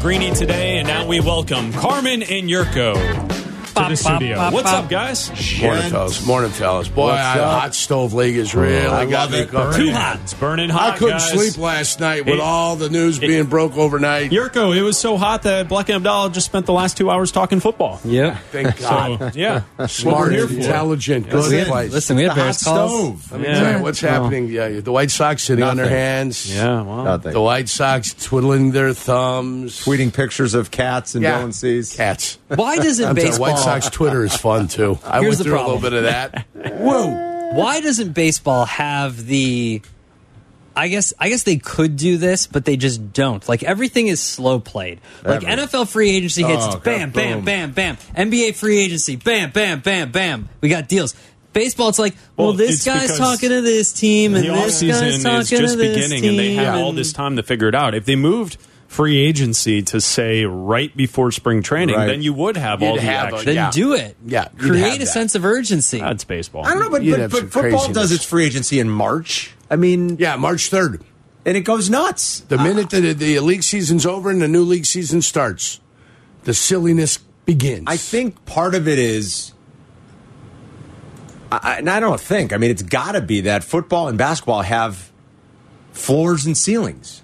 Greeny today, and now we welcome Carmen and Yurko. Bop, the bop, studio. bop, What's bop. up, guys? Morning, fellas. Morning, fellas. Boy, What's I, up? hot stove league is real. I, got me covered. Too hot. It's burning hot. I couldn't guys. sleep last night with It- all the news being broke overnight. Yurko, it was so hot that Black and Abdallah just spent the last two hours talking football. Yep. Thank God. So, yeah. Oh, Smart, here for. intelligent, good we had- place. listen, we had the hot Bears calls. Oh, stove. I mean, Yeah. man, what's happening? Yeah, the White Sox sitting on their Nothing. hands. Yeah, well. Nothing. The White Sox twiddling their thumbs. Tweeting pictures of cats and Yeah. Valencies. Cats. Why doesn't I'm telling you, baseball? White Sox Twitter is fun, too. I Here's went the through a problem. little bit of that. Whoa! Why doesn't baseball have the? I guess I guess they could do this, but they just don't. Like everything is slow played. Like Every- NFL free agency hits, Oh, it's God, bam, bam, boom. bam, bam. NBA free agency, bam, bam, bam, bam. We got deals. Baseball, it's like, well, Well, this it's guy's because talking to this team, and the this guy's offseason talking is just to this beginning team. and they have all and- this time to figure it out if they moved free agency to say right before spring training Right. then you would have all You'd the have a- action Then Yeah. do it. Yeah, you'd have create a that. sense of urgency. that's baseball I don't know, but, You'd but, have but some football craziness. does its free agency in March. I mean, Yeah, March 3rd. and it goes nuts. The minute the, the league season's over and the new league season starts, the silliness begins. I think part of it is, I, I- and I don't think. I mean, it's got to be that football and basketball have floors and ceilings.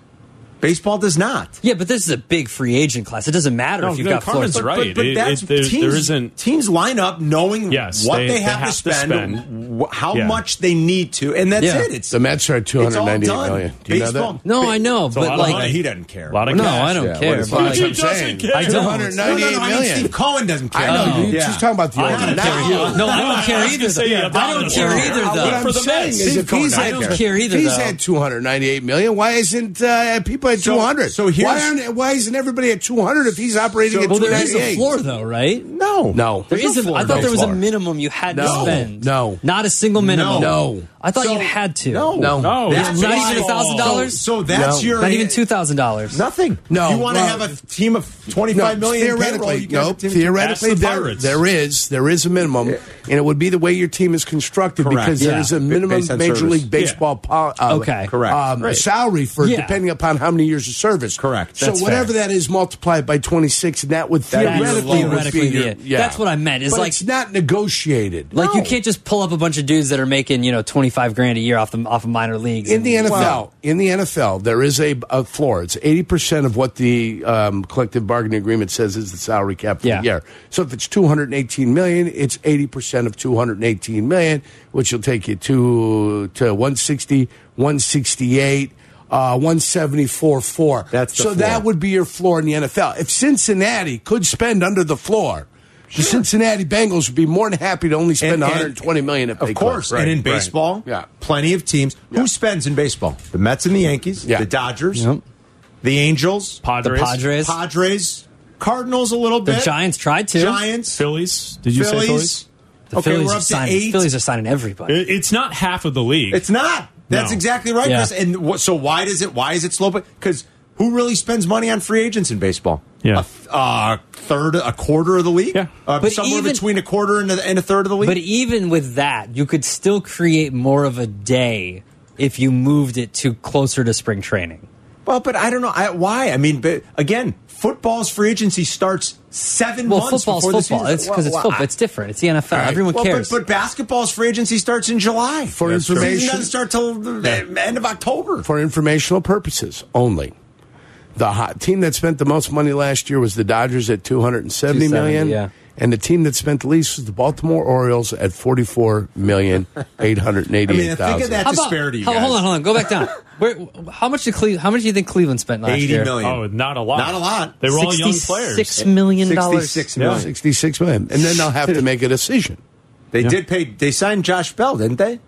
Baseball does not. yeah, but this is a big free agent class. It doesn't matter No, if you've no, got Carmen's Florida. right. It- it- there- teams, there isn't- teams line up knowing Yes, what they- they, they have, have to to spend, spend. wh- how Yeah. much they need to, and that's Yeah. it. It's the Mets are at two it's hundred all ninety done. million. Do you Baseball- know that? No, I know, a but lot of like, money. he doesn't care. a lot of no, cash. I don't Yeah, care. what is- but, That's like- what I'm saying. care. I don't. Two hundred No, no, ninety-eight no, I mean, million. Steve Cohen doesn't care. I know. Oh. you Yeah. She's talking about the old. I don't not care you. either. No, I don't care either. Say though. about I don't the care Browns. either, though. What I'm For the saying Mets. is If if he's I at, don't care either, He's though. at 298 million. Why isn't uh, people at So- 200? so here's- why, aren't, why isn't everybody at 200 if he's operating at Well, there is 298? a floor, though, right? No, No. There There's no isn't. floor I thought in there was a baseball. minimum you had to No, spend. no. not a single minimum. No. I thought So- you had to. No, No. No, That's it's not baseball. even $1,000? So No. that's your not even two thousand dollars. Nothing. No, You want to well- have a team of twenty No, five million theoretically, in payroll, you nope. can have a team of- Theoretically, Ask the there, Pirates. there is there is a minimum, and it would be the way your team is constructed Correct. because there Yeah. is a B- minimum based on Major service. League Baseball po- uh, Okay. Correct. um, salary for Yeah. depending upon how many years of service. Correct. So That's whatever that is, multiply it by twenty six, and that would That is That's theoretically, low. would theoretically be your- the it. yeah. That's what I meant. Is But like, it's not negotiated. like you No. can't just pull up a bunch of dudes that are making you know twenty five grand a year off the off of minor leagues in the NFL, Wow. in the NFL, there is a, a floor. It's eighty percent of what the um, collective bargaining agreement says is the salary cap for Yeah. the year. So if it's two hundred eighteen million, it's eighty percent of two hundred eighteen million, which will take you to to 160, 168, uh, one seventy four four. That's the so that floor. would be your floor in the NFL. If Cincinnati could spend under the floor. The Cincinnati Bengals would be more than happy to only spend And- and- 120 million if of they could. course. Right, and in right. baseball, Yeah. plenty of teams. Yeah. Who spends in baseball? The Mets and the Yankees, Yeah. the Dodgers, Yep. the Angels, Padres, The Padres. Padres, Cardinals a little The bit. Giants tried to. Giants, Phillies. Did you say Phillies? Phillies. The okay, Phillies we're are up to signing. eight. Phillies are signing everybody. It- It's not half of the league. It's not. That's No. exactly right, Yeah. Chris. And what, so why does it? Why is it slow? Because who really spends money on free agents in baseball? Yeah. a, th- uh, third, a quarter of the league. Yeah. Uh, But somewhere even- between a quarter and a, and a third of the league. But even with that, you could still create more of a day if you moved it to closer to spring training. well, but I don't know I, why. I mean, but again, football's free agency starts seven Well, months football's before football. the season. It's because it's Well, football. I- It's different. It's the NFL. Everyone well, cares. But, but basketball's free agency starts in July. For That's true. information- season doesn't start till the the end of October. for informational purposes only. The hot team that spent the most money last year was the Dodgers at 270 million. 270, yeah. And the team that spent the least was the Baltimore Orioles at 44 million 888,000. I mean, think of that disparity, you Hold, guys. hold on, hold on. Go back down. Where, how much did Cle- How much do you think Cleveland spent last Eighty year? million. oh, not a lot. Not a lot. They were all young players. Sixty-six million dollars. Sixty-six Yeah. million. 66 million. And then they'll have to make a decision. They did pay. They signed Josh Bell, didn't they?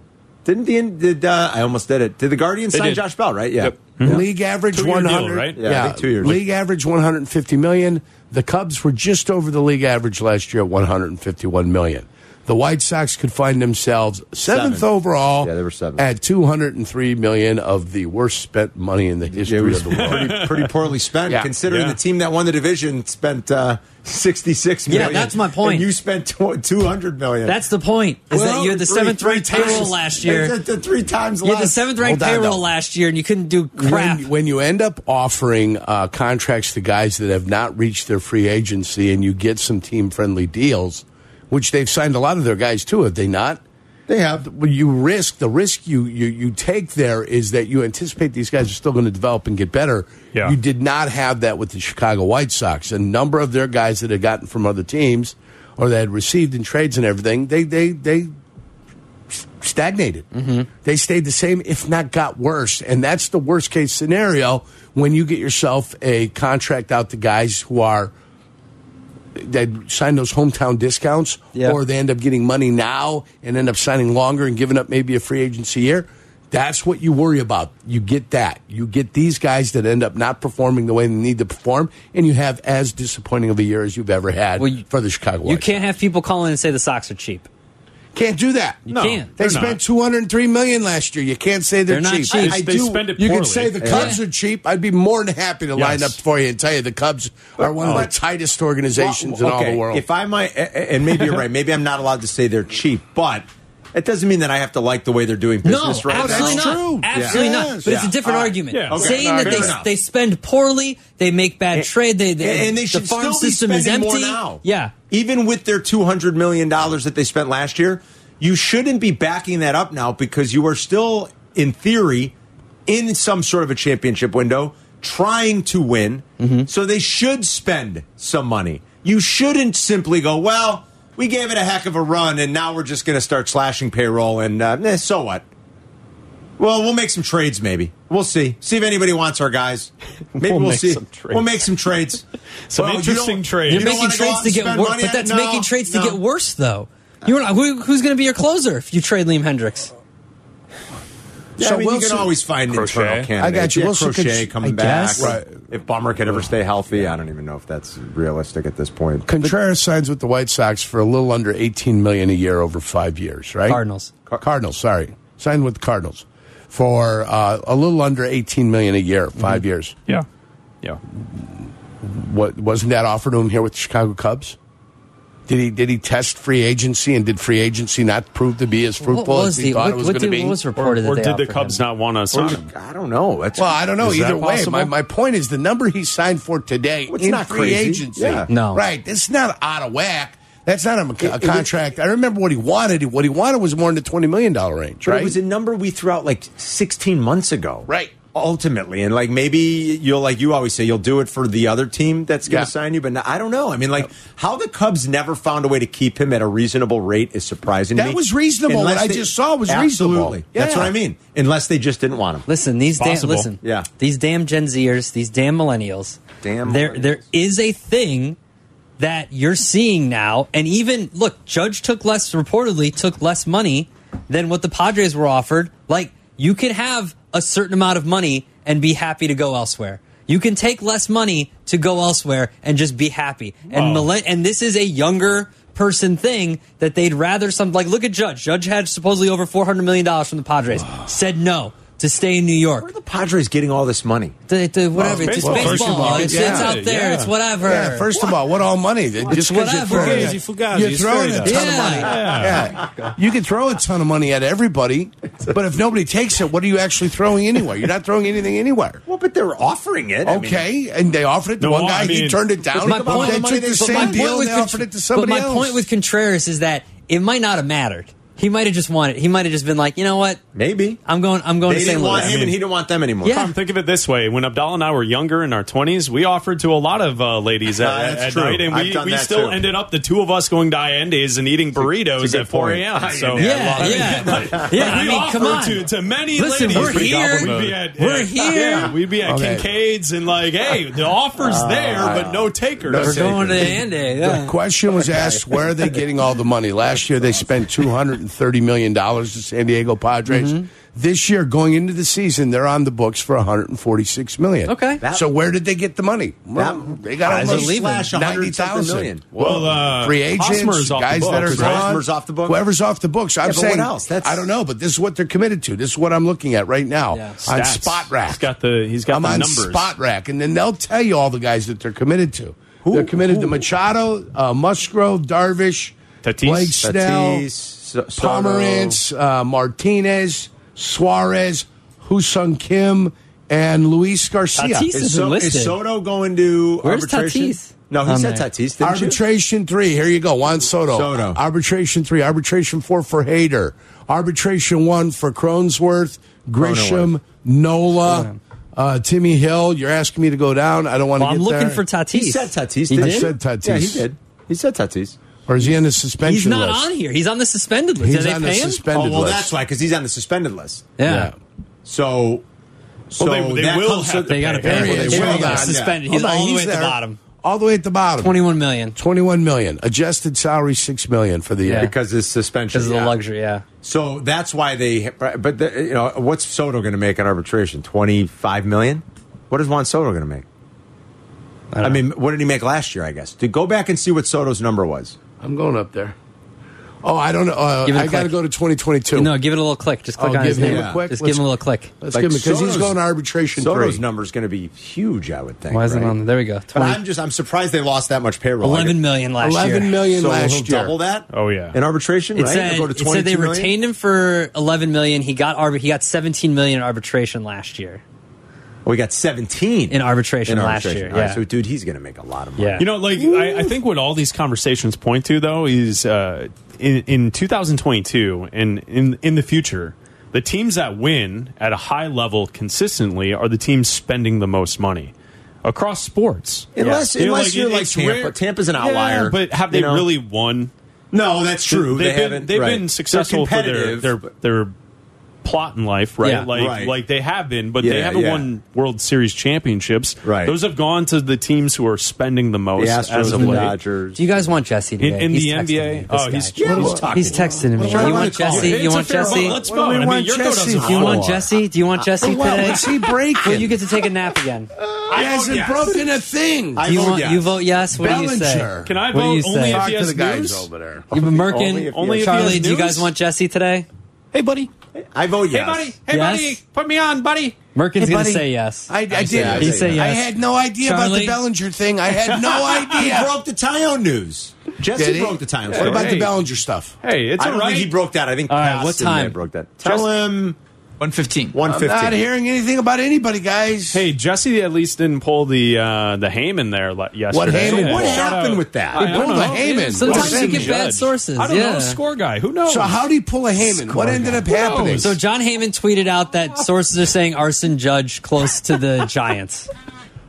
Didn't the did uh, I almost did it? Did the Guardians They sign did. Josh Bell? Right? Yeah. Mm-hmm. Yep. League average Two-year deal, 100, right? Yeah, I think two years. League average 150 million. The Cubs were just over the league average last year at 151 million. the White Sox could find themselves seventh, Seventh. overall Yeah, they were seventh. at 203 million of the worst spent money in the history It was of the world. pretty, pretty poorly spent, Yeah. considering Yeah. the team that won the division spent uh, sixty-six Yeah, million. that's my point. And you spent two hundred million. That's the point. Is Well, that you had the three- seventh three ranked payroll times- last year. It's, uh, Three times You last. had the seventh ranked Hold on, payroll though. last year, and you couldn't do crap. When, when you end up offering uh, contracts to guys that have not reached their free agency and you get some team friendly deals, which they've signed a lot of their guys too, have they not? They have. Well, you risk the risk you, you you take there is that you anticipate these guys are still going to develop and get better. Yeah. You did not have that with the Chicago White Sox. A number of their guys that had gotten from other teams or that had received in trades and everything, they they they stagnated. They stayed the same, if not got worse. And that's the worst case scenario when you get yourself a contract out to guys who are that sign those hometown discounts, Yeah. or they end up getting money now and end up signing longer and giving up maybe a free agency year. That's what you worry about. You get that. You get these guys that end up not performing the way they need to perform, and you have as disappointing of a year as you've ever had Well, you- for the Chicago. you White can't have people calling and say the socks are cheap. Sox. can't do that. You can't. They they're spent not. two hundred and three million last year. You can't say they're, They're not cheap. They- they spend it you can poorly. say the Yeah. Cubs are cheap. I'd be more than happy to line Yes. up for you and tell you the Cubs are one of oh. the tightest organizations Well, in all the world. If I might, a- a- and maybe you're right. Maybe I'm not allowed to say they're cheap, but it doesn't mean that I have to like the way they're doing business. right absolutely now. not. true. Absolutely Yeah. not. But it's a Yeah. different All right. argument. Yeah. Okay. Saying All right. that they, Fair enough. they spend poorly, they make bad trade, they, they and they should the farm still be system is spending empty. More now. Yeah. even with their two hundred million dollars that they spent last year, you shouldn't be backing that up now because you are still, in theory, in some sort of a championship window, trying to win. Mm-hmm. So they should spend some money. You shouldn't simply go, well, we gave it a heck of a run, and now we're just going to start slashing payroll, and uh, eh, so what? Well, we'll make some trades maybe. We'll see. See if anybody wants our guys. Maybe We'll we'll, make see. some trades. we'll make some trades. Some you interesting don't- trades. you You're don't making wanna go trades out to and get spend worse, money but on- that's No, making trades no. to get worse, though. You're not, who, who's going to be your closer if you trade Liam Hendricks? Yeah, So I mean, you Wilson- can always find Crochet. internal candidates. I got you. Yeah, Wilson could- Crochet I coming back. guess. Right. If Bummer could ever stay healthy, I don't even know if that's realistic at this point. Contreras signs with the White Sox for a little under 18 million a year over 5 years, right? Cardinals. Car- Cardinals, sorry. Signed with the Cardinals for uh, a little under 18 million a year, 5 Mm-hmm. years. Yeah. Yeah. What wasn't that offered to him here with the Chicago Cubs? Did he did he test free agency and did free agency not prove to be as What fruitful was as he the, thought what, it was what going to did- be? what was reported or that they did the offered Cubs him? not want us on him? I don't know. That's, Well, I don't know. Is Either that way, my, possible? my point is the number he signed for today Well, it's in not free crazy. agency. Yeah. No. right? It's not out of whack. That's not a, a it was- contract. I remember what he wanted. What he wanted was more in the twenty million dollar range, but right? it was a number we threw out like 16 months ago. Right. Ultimately, and like maybe you'll like you always say you'll do it for the other team that's going Yeah. to sign you, but no- I don't know. I mean, like how the Cubs never found a way to keep him at a reasonable rate is surprising. to That me. was reasonable. What Unless I just saw was reasonable. Absolutely. That's Yeah. what I mean. Unless they just didn't want him. Listen, these damn Possible. listen, Yeah. these damn Gen Zers, these damn millennials. Damn there, there millennials. is a thing that you're seeing now, and even look, Judge took less, reportedly took less money than what the Padres were offered. Like you can have a certain amount of money and be happy to go elsewhere. You can take less money to go elsewhere and just be happy. And Wow. millen- and this is a younger person thing that they'd rather some like look at Judge. Judge had supposedly over four hundred million dollars from the Padres. said no to stay in New York. Where are the Padres getting all this money? The, the, whatever. it's it's baseball. just baseball. First of all, it's, yeah. it's out there. Yeah. It's whatever. yeah, first of all, what all money? They- Just because you whatever. throw Fugazi, Fugazi, you're it's throwing a fair ton enough. of Yeah. money. Yeah. you can throw a ton of money at everybody, but if nobody takes it, what are you actually throwing anywhere? You're not throwing anything anywhere. Well, but they're offering it. I mean- Okay, and they offered it to No, one I guy. he mean- turned it down. my about point, they the took money the they- but same my deal point and with they Contr- offered it to somebody But my else. point with Contreras is that it might not have mattered. He might have just wanted. He might have just been like, you know what? Maybe. I'm going. I'm going They to St. didn't Louis. want him and he didn't want them anymore. Yeah. Tom, think of it this way: when Abdallah and I were younger in our twenties, we offered to a lot of uh, ladies at, Ah, that's at true. night, and I've we, done we that still too. ended up the two of us going to Ienda's and eating burritos good at four point. a.m. So yeah, yeah, yeah. Like, I we mean, offered come on. To, to many Listen, ladies, we're Pretty here. gobble We'd be at, We're at- here. yeah, we'd be at Okay. Kincaid's and like, hey, the offer's there, but no takers. We're going to Andy. The Yeah. question was asked: Where are they getting all the money? Last year they spent two hundred $130 million to San Diego Padres. This year, going into the season, they're on the books for $146 million. Okay. That- so where did they get the money? Well, That- they got I almost believe it. 100 $90,000. million. Well, uh, free agents, Hosmer's off the guys that are books, right? gone, Hosmer's off the book. Whoever's off the books. I'm Yeah, but saying, what else? That's- I don't know, but this is what they're committed to. This is what I'm looking at right now Yeah. on stats. Spot Rack. He's got the he's got I'm the on numbers. Spot Rack, and then they'll tell you all the guys that they're committed to. they're committed to Machado, uh, Musgrove, Darvish, Tatis? Blake Snell, Tatis, So- Soto. Pomerantz, uh, Martinez, Suarez, Hoosung Kim, and Luis Garcia. Tatis? Is, Isn't so, listed. is Soto going to Where's arbitration? Tatis? Oh, No, he On said there. Tatis. Didn't you? arbitration three. Here you go. Juan Soto. Soto. Arbitration three. Arbitration four for Hayter. Arbitration one for Cronesworth, Grisham, Nola, uh, Timmy Hill. You're asking me to go down. I don't want to Well, I'm get looking there. for Tatis. He said Tatis. He didn't did? he? I said Tatis. Yeah, he did. He said Tatis. Or is he on the He's suspension not list? on here. He's on the suspended list. He's Did they on the pay him? suspended oh, well, list. that's why, because he's on the suspended list. yeah. So, so they- they that will comes have to- to They got to pay pay him. him. There he They is. will Hold get on. suspended. Hold He's on. all the way at there. the bottom. All the way at the bottom. 21 million 21 million. Adjusted salary 6 million for the year. Yeah. because it's suspension. because of the yeah. luxury. Yeah. So that's why they. But the, you know, what's Soto going to make on arbitration? Twenty five million. What is Juan Soto going to make? I, mean, what did he make last year? I guess to go back and see what Soto's number was. I'm going up there. Oh, I don't know. Uh, Give it a I got to click. go to 2022. No, give it a little click. Just click Oh, on his give him name. a quick- Just let's- give him a little click. Let's give him because he's Soto's- going to arbitration Soto's three. number is going to be huge. I would think. Why isn't right? it on there? There we go. But 20, I'm just I'm surprised they lost that much payroll. 11 million last year. Eleven million So last he'll year. double that. Oh, yeah. in arbitration, It right? said, He'll go to it said they 22 million? retained him for 11 million. He got arbi- he got 17 million in arbitration last year. We got seventeen In arbitration last year, All right, yeah. so dude, he's going to make a lot of money. Yeah. You know, like I, I think what all these conversations point to though is uh, in, in 2022 and in in the future, the teams that win at a high level consistently are the teams spending the most money across sports. Unless, You know, unless like, you're it- like it's Tampa, rare- Tampa's an Yeah, outlier. but have they you know? really won? No, that's true. They've they been, haven't. they've right. been successful They're for their competitive, their but- their plot in life, right? Yeah. like Right. like they have been, but they Yeah, haven't yeah. won World Series championships. Right. Those have gone to the teams who are spending the most the Astros as of and the late. Dodgers. Do you guys want Jesse today? In- in He's the texting NBA? me, this Oh, guy. he's- Yeah, he's talking. He's texting me. What do I You wanna want call Jesse? it? It's You a want fair Jesse? vote. Let's What do vote. we I mean, want your Jesse vote doesn't for? Do you count. want Jesse? Do you want Jesse Well, today? what's he breaking? Well, you get to take a nap again. he hasn't yes. broken a thing. Oh, I Do you vote want yes. you vote yes? What do you say? Bellinger. Can I What do vote you only say? if Talk he to has the guys news? over there. You've been Only Merkin. if he Only has- if he Charlie, has do you guys news? want Jesse today? Hey, buddy. I vote oh, yes. Hey, buddy. Hey, buddy. Yes. Put me on, buddy. Merkin's Hey, gonna buddy. say yes. I, I did. say- I I, He say said yes. yes. had no idea about Charlie? the Bellinger thing. I had no He idea. broke the Tyone news. Jesse Did he? broke the Tyone What story. about Hey. the Bellinger stuff? Hey, it's I all don't right. think he broke that. I think All right, Paxton what time? may have broke that. Tell him 115. one I'm not fifteen. hearing anything about anybody, guys. Hey, Jesse at least didn't pull the uh, the Heyman there le- yesterday. Heyman? So what Shout happened out. with that? I- He I don't pulled a know. Heyman. Sometimes Well, you get Judge. bad sources, I don't know. yeah. Score guy. Who knows? so how do you pull a Heyman? What ended up happening? So John Heyman tweeted out that sources are saying Arson Judge close to the Giants,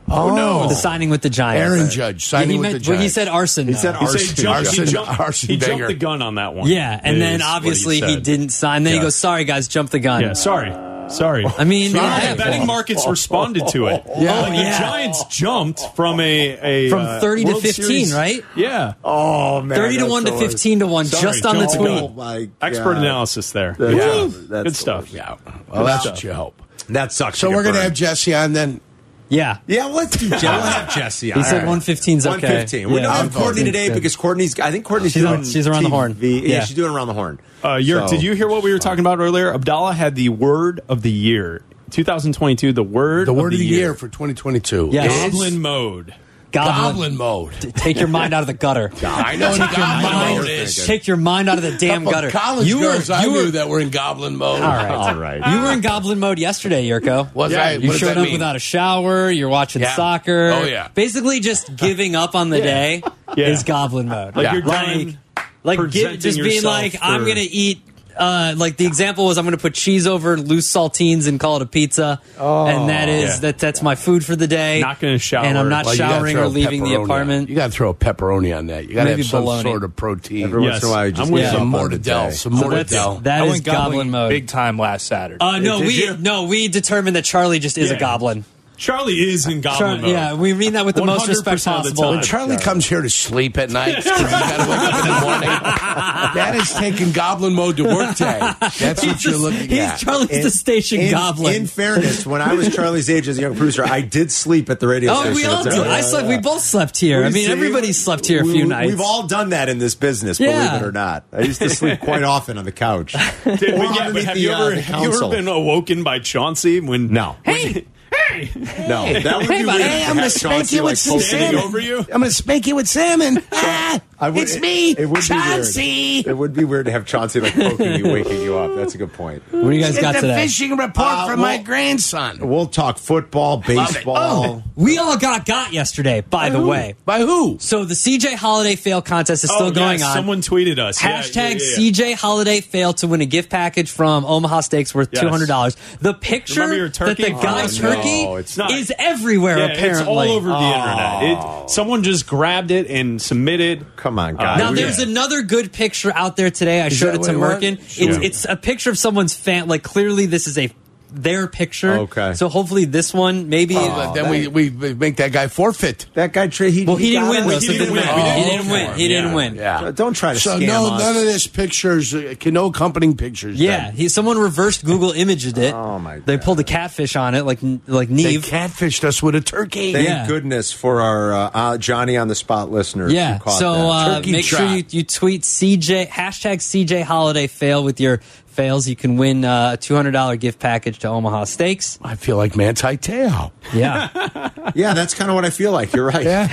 oh no, the signing with the Giants. Aaron Judge signing Yeah, he with meant- the well, He Giants. said arson. He said He said he Arson- jumped, he Arson- jumped, Arson he jumped Wenger. the gun on that one. Yeah, and is then what obviously he, said. didn't sign. Then Yeah. he goes, "Sorry guys, jump the gun." Yeah, sorry. Sorry. I mean, Sorry. yeah. the betting markets responded to it. Yeah. Like, Yeah. The Giants jumped from a, a From uh, 30 to World 15, Series- right? Yeah. Oh man, thirty to that's one to so- fifteen to one, Sorry, just on the Joel. tweet. Oh my Expert God. analysis there. That's Good awesome. stuff. That's Good stuff. awesome. yeah. Well, that's stuff. what you hope. That sucks. So to we're get going to have burned. Jesse on then. Yeah, Yeah, let's do. Jesse. we'll have Jesse. he said one fifteen's okay. One fifteen. We Yeah, don't have Courtney 115 's today good. because Courtney's. I think Courtney's She's doing. on- she's around the horn. TV. Yeah. Yeah. she's doing around the horn. Uh, Yurk, So- did you hear what we were talking about earlier? Abdallah had the word of the year. 2022, the word The of word the, year. for 2022 Yes. is Goblin mode. Goblin. Goblin mode. Take your mind out of the gutter. I know what a goblin mode is. Take your mind out of the damn Couple gutter. College you girls were, I you were, knew that were in goblin mode. All right. All right. You were in goblin mode yesterday, Yurko. Was I? You What does showed that up mean? without a shower. You're watching Yeah. soccer. Oh, yeah. Basically, just giving up on the day Yeah. is goblin mode. Like Yeah. you're like, done. like gi- presenting just being yourself like, I'm for- gonna eat. Uh, like the example was, I'm gonna put cheese over loose saltines and call it a pizza, and that is Yeah. that. That's my food for the day. Not gonna shower. and I'm not Well, you gotta showering throw or a leaving the pepperoni on. apartment. You got to throw a pepperoni on that. You got to Maybe have some bologna. sort of protein. Every once Yes. in a while, you I'm just with get you. some up on the mortadella. day. Some So that's, mortadella. that I is went goblin, mode. big time last Saturday. Uh, no, Did we you? no, we determined that Charlie just is Yeah. a goblin. Charlie is in goblin Char- mode. yeah, we mean that with the most respect 100% of the possible. time. Charlie comes here to sleep at night 'cause he's got to wake up in the morning. That is taking goblin mode to work day. That's what you're looking he's at. Charlie's the station in, goblin. In fairness, when I was Charlie's age as a young producer, I did sleep at the radio oh, station. we all It's- do. I Yeah, slept. yeah. We both slept here. I We mean, see- everybody's slept here a we- few nights. We've all done that in this business, Yeah. believe it or not. I used to sleep quite often on the couch. Dude, Or but yeah, but underneath have the, you uh, ever the have you ever console. been awoken by Chauncey when No. Hey, No, that would Hey, buddy. be weird. Hey, to I'm gonna have spank you Chauncey, with some like, standing salmon. pulsating. over you? I'm gonna spank you with salmon. Ah, I would- it's me, it would be weird. Chauncey. It would be weird to have Chauncey like poking you, waking you up. That's a good point. what do you guys Get got the eh? today? fishing report Uh, from my well- grandson. We'll talk football, Love it. baseball. We all got got yesterday. By the way, By who? so the CJ Holiday fail contest is still oh, going yeah, on. Someone tweeted us. Yeah, yeah, Hashtag yeah, yeah. CJ Holiday failed to win a gift package from Omaha Steaks worth Yes. two hundred dollars. The picture Remember your that turkey? the guy Oh, turkey no, it's not. is everywhere. Yeah, apparently, it's all over the internet. It, someone just grabbed it and submitted. Come on, guys. Now yeah. there's another good picture out there today. I showed that it to what Merkin. it was? It's Sure. it's a picture of someone's fan. Like clearly, this is a their picture. Okay. So hopefully, this one maybe. But uh, then we, we we make Oh, that guy forfeit. That guy, Trey, he, well, he didn't got win. it. Though, He so didn't good win. luck. We didn't He didn't win. He didn't win. Yeah. Don't try to So scam no, us. none of this pictures, uh, can- no accompanying pictures. Yeah, then. he someone reversed Google imaged it. Oh, my They God. pulled a catfish on it, like like they Neve. catfished us with a turkey. Thank Yeah. goodness for our uh, uh, Johnny on the spot listeners. who Yeah. caught So that. uh, Turkey make sure trot. you, you tweet CJ hashtag CJ Holiday fail with your fails. You can win uh, a two hundred dollar gift package to Omaha Steaks. I feel like Manti Te'o. Yeah. yeah, that's kind of what I feel like. You're right. Yeah,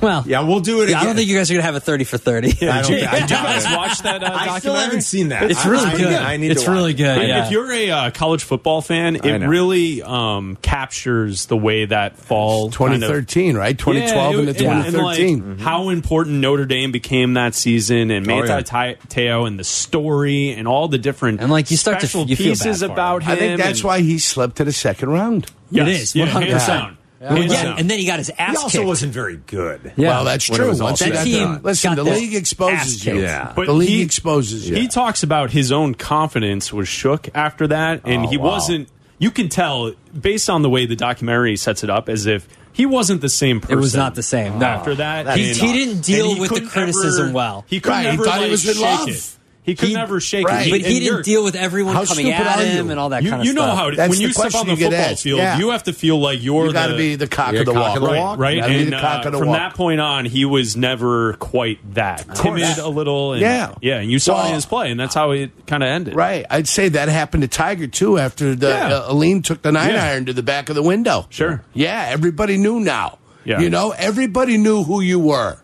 well. we'll do it. Yeah, I again. don't think you guys are gonna have a thirty for thirty. I don't Did think- I you do- guys watch that uh, I still documentary? haven't seen that. It's I- really I- good. I need to it's watch really it. good. And Yeah. If you're a uh, college football fan, I it know. really um, captures the way that fall kind of- 2013, right? 2012 Yeah, into it- yeah, and, 2013. Mm-hmm. like, How important Notre Dame became that season, and Oh, Manti yeah. Te'o, and the story, and all the different And, like, you start to- special you feel pieces bad for about him. I think that's and- why he slept to the second round. Yes, It is, yeah, 100%. hands down. Hands yeah, down. and then he got his ass He also kicked. wasn't very good. Yeah. Well, that's When it true. was all Once said you got and done. done. Listen, got the their league ass exposes you. kicked. Yeah. the league exposes you. He talks about his own confidence was shook after that, and Oh, he wow. wasn't. You can tell based on the way the documentary sets it up, as if he wasn't the same it person. was not the same. No. after Oh, that. he, and- he didn't deal and he with the couldn't criticism ever- well. He couldn't Right, he ever thought he like, was in shake love. it. He could never shake Right. it. but And he you're- didn't deal with everyone How coming stupid at are him you? and all that You, kind of you know stuff. how it, That's when the you step question on the you get football asked, field, yeah. you have to feel like you're You got to be the cock Yeah, of the cock walk. of the right, walk. right. Gotta be And the cock uh, of the from walk. that point on, he was never quite that timid a little. And, Yeah. yeah. And you saw it Well- in his play, and that's how it kind of ended. Right. I'd say that happened to Tiger, too, after the Yeah. uh, Aline took the nine Yeah. iron to the back of the window. Sure. Yeah, everybody knew now. Yeah. Hmm. You know, everybody knew who you were.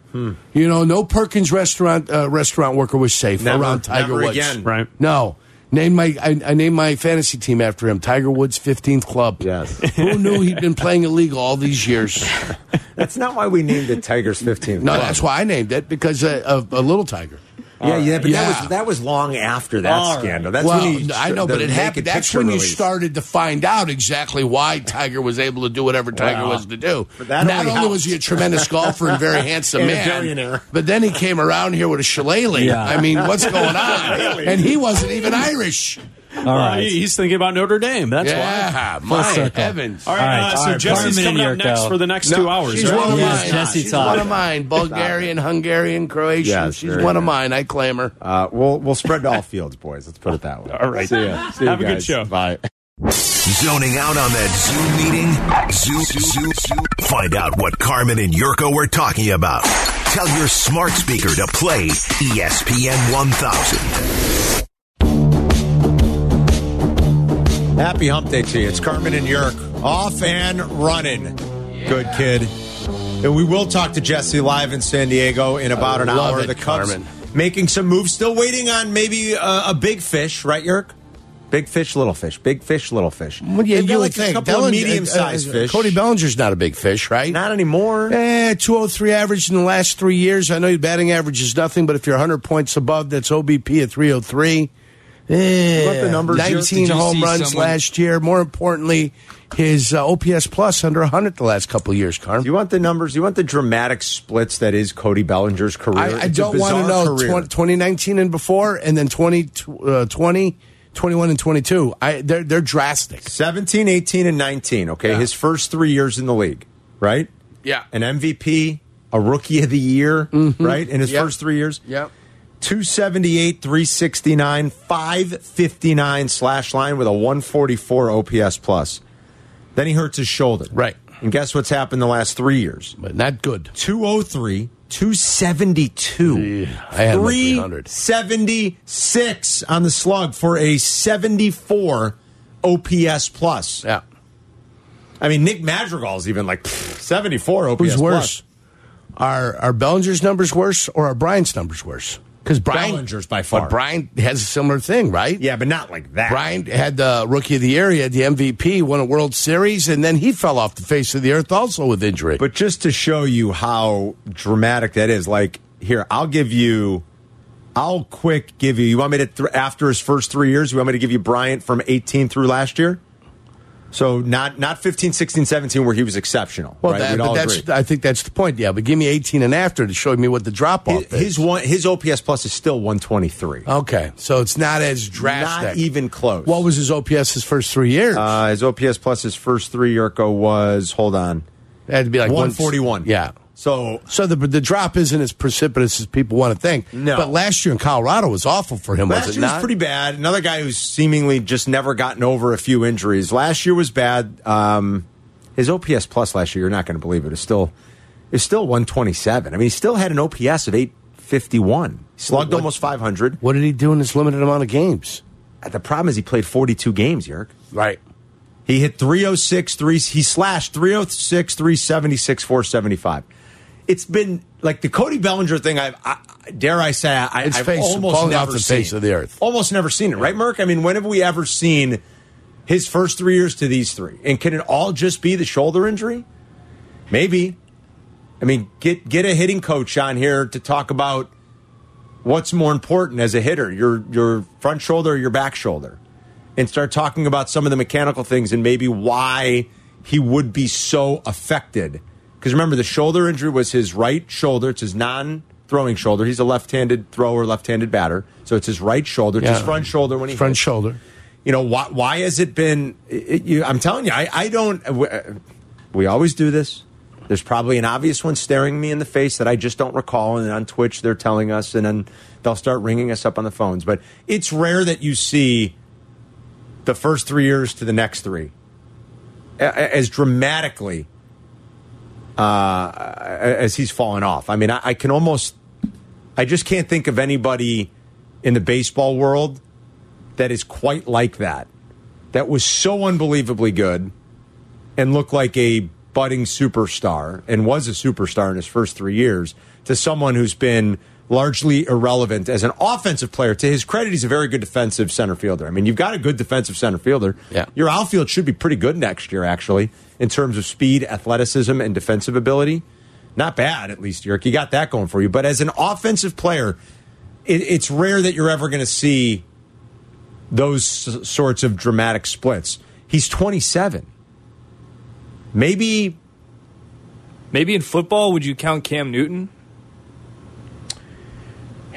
You know, no Perkins restaurant uh, restaurant worker was safe Never, around Tiger never Woods. again. Right. No. Name my I, I named my fantasy team after him, Tiger Woods 15th Club. Yes. Who knew he'd been playing illegal all these years? That's not why we named it Tigers 15. No, that's why I named it because uh, of a little tiger. Yeah, yeah, but Yeah. that was that was long after that All right. scandal. That's well, when he, I know, the but it naked happened. That's picture when you release. started to find out exactly why Tiger was able to do whatever Tiger Wow. was to do. But Not that only only was helped. he a tremendous golfer and very handsome And a man, billionaire. but then he came around here with a shillelagh. Yeah. I mean, what's going on? Really? and he wasn't even Irish. All Well, right. he- he's thinking about Notre Dame. That's why. yeah, my circle. heavens. All right. All right. uh, All so right, Jesse's Carmen coming up Yurko. next for the next No, two hours. She's right? one of Yes, mine. Jesse she's Todd. one of mine. Bulgarian, Hungarian, Croatian. Yes, she's very one of good. mine. I claim her. Uh, we'll we'll spread to all fields, boys. Let's put it that way. All right. See ya. See ya, Have a good guys. show. Bye. Zoning out on that Zoom meeting? Zoom, Zoom, Zoom. Find out what Carmen and Yurko were talking about. Tell your smart speaker to play E ESPN 1000. Happy hump day to you. It's Carmen and Yerk off and running. Good kid. And we will talk to Jesse live in San Diego in about I an love hour. it, the Cubs Carmen. making some moves. Still waiting on maybe uh, a big fish, right, Yerk? Big fish, little fish. Big fish, little fish. Well, yeah, They've got you would like a think. couple Bellinger- of medium-sized uh, uh, fish. Cody Bellinger's not a big fish, right? not anymore. Eh, 203 average in the last three years. I know your batting average is nothing, but if you're 100 points above, that's OBP at 303. Eh, What the numbers, Jerry? 19 Did you home see runs someone- last year. More importantly, his uh, OPS plus under 100 the last couple of years, Carm. Do you want the numbers? Do you want the dramatic splits that is Cody Bellinger's career? I, I It's a don't want to bizarre know career. twen- 2019 and before, and then 20, uh, 20, 21 and 22. I they're they're drastic. 17, 18, and 19. Okay. Yeah. His first three years in the league, right? Yeah. Mm-hmm. An MVP, a rookie of the year, right? In his Yep. first three years. Yep. 278, 369, 559 slash line with a 144 OPS plus. Then he hurts his shoulder. Right. And guess what's happened the last three years? But not good. 203, 272, I had him at 300. 376 on the slug for a 74 OPS plus. Yeah. I mean, Nick Madrigal's even like pfft, 74 OPS Who's plus. worse? Are are Bellinger's numbers worse or are Brian's numbers worse? Because Brian Bellinger's by far. But Brian has a similar thing, right? Yeah, but not like that. Brian had the rookie of the year. He had the MVP, won a World Series, and then he fell off the face of the earth also with injury. But just to show you how dramatic that is, like here, I'll give you, I'll quick give you. You want me to th- after his first three years? You want me to give you Bryant from 18 through last year? So not not 15, 16, 17 where he was exceptional. well, right? that, We'd but all that's agree. I think that's the point. Yeah, but give me 18 and after to show me what the drop off his, is. his one his OPS plus is still 123. okay, so it's not as drastic. Not even close. What was his OPS his first three years? uh, his OPS plus his first three year ago was hold on it had to be like one- 141. Yeah. So So the the drop isn't as precipitous as people want to think. No. But last year in Colorado was awful for him, Last was it year was not? pretty bad. Another guy who's seemingly just never gotten over a few injuries. Last year was bad. Um, his OPS plus last year, you're not going to believe it, is still is still 127. I mean, he still had an OPS of 851. Slugged almost 500. what did he do in this limited amount of games? The problem is he played 42 games, Yerk. Right. He hit 306, three, oh he slashed 306, 376, 475. It's been like the Cody Bellinger thing. I've, I, dare I say, I, It's I've face- almost falling never off the seen. face of the earth. Almost never seen it, right, Merck? I mean, when have we ever seen his first three years to these three? And can it all just be the shoulder injury? Maybe. I mean, get get a hitting coach on here to talk about what's more important as a hitter, your your front shoulder or your back shoulder, and start talking about some of the mechanical things and maybe why he would be so affected. Because remember, the shoulder injury was his right shoulder. It's his non-throwing shoulder. He's a left-handed thrower, left-handed batter, so it's his right shoulder. It's his Yeah. front shoulder when he Front hits shoulder. you know why why has it been it, you, i'm telling you i, I don't we, we always do this there's probably an obvious one staring me in the face that i just don't recall and on twitch they're telling us and then they'll start ringing us up on the phones but it's rare that you see the first three years to the next three a- a- as dramatically uh, as he's fallen off i mean I, I can almost i just can't think of anybody in the baseball world that is quite like that, that was so unbelievably good and looked like a budding superstar and was a superstar in his first three years to someone who's been largely irrelevant as an offensive player. To his credit, he's a very good defensive center fielder. I mean, you've got a good defensive center fielder. Yeah. Your outfield should be pretty good next year, actually, in terms of speed, athleticism, and defensive ability. Not bad, at least, Yerk. You got that going for you. But as an offensive player, it, it's rare that you're ever going to see those s- sorts of dramatic splits. He's 27. Maybe Maybe in football, would you count Cam Newton?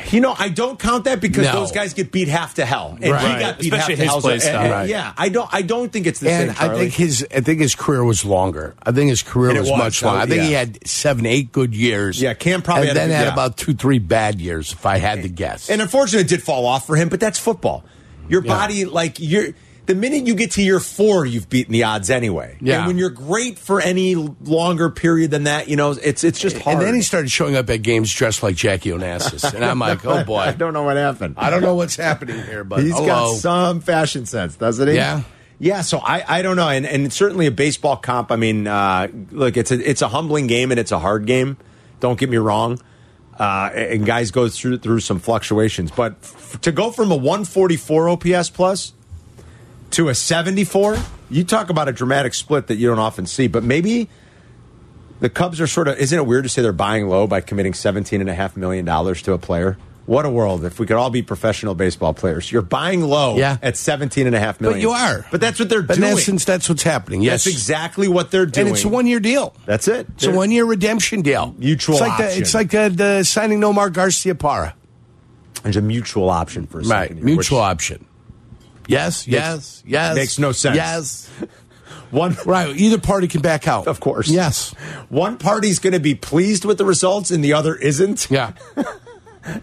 you know I don't count that because No. those guys get beat half to hell, and he Right. got beat Especially his half to hell. play So- style. and- and- Right. Yeah, I don't. I don't think it's the And same. I Charlie. think his I think his career was longer. I think his career And it was, was. much longer. I think he Yeah. had seven, eight good years. Yeah, Cam probably and had a then good- had yeah. about two, three bad years, if I had to guess. And unfortunately, it did fall off for him, but that's football. Your Yeah. body, like you're the minute you get to year four, you've beaten the odds anyway. Yeah. And when you're great for any longer period than that, you know, it's it's just hard. And then he started showing up at games dressed like Jackie Onassis, and I'm like, oh boy, I don't know what happened. I don't know what's happening here, but He's got hello. some fashion sense, doesn't he? Yeah. Yeah, so I, I don't know, and, and certainly a baseball comp. I mean, uh, look, it's a it's a humbling game and it's a hard game. Don't get me wrong, uh, and guys go through through some fluctuations, but f- to go from a 144 OPS plus to a 74, you talk about a dramatic split that you don't often see. But maybe the Cubs are sort of isn't it weird to say they're buying low by committing seventeen and a half million dollars to a player? What a world if we could all be professional baseball players. You're buying low Yeah. at seventeen and a half million. But you are. But that's what they're But in doing. essence, that's what's happening. Yes, That's exactly what they're doing. And it's a one year deal. That's it. It's a one year redemption deal. Mutual It's like The, option. it's like the, the signing Nomar Garcia Parra. There's a mutual option for a second. Mutual option. Yes, yes, yes. makes no sense. Yes. One Right. Either party can back out. Of course. Yes. one party's going to be pleased with the results and the other isn't. Yeah.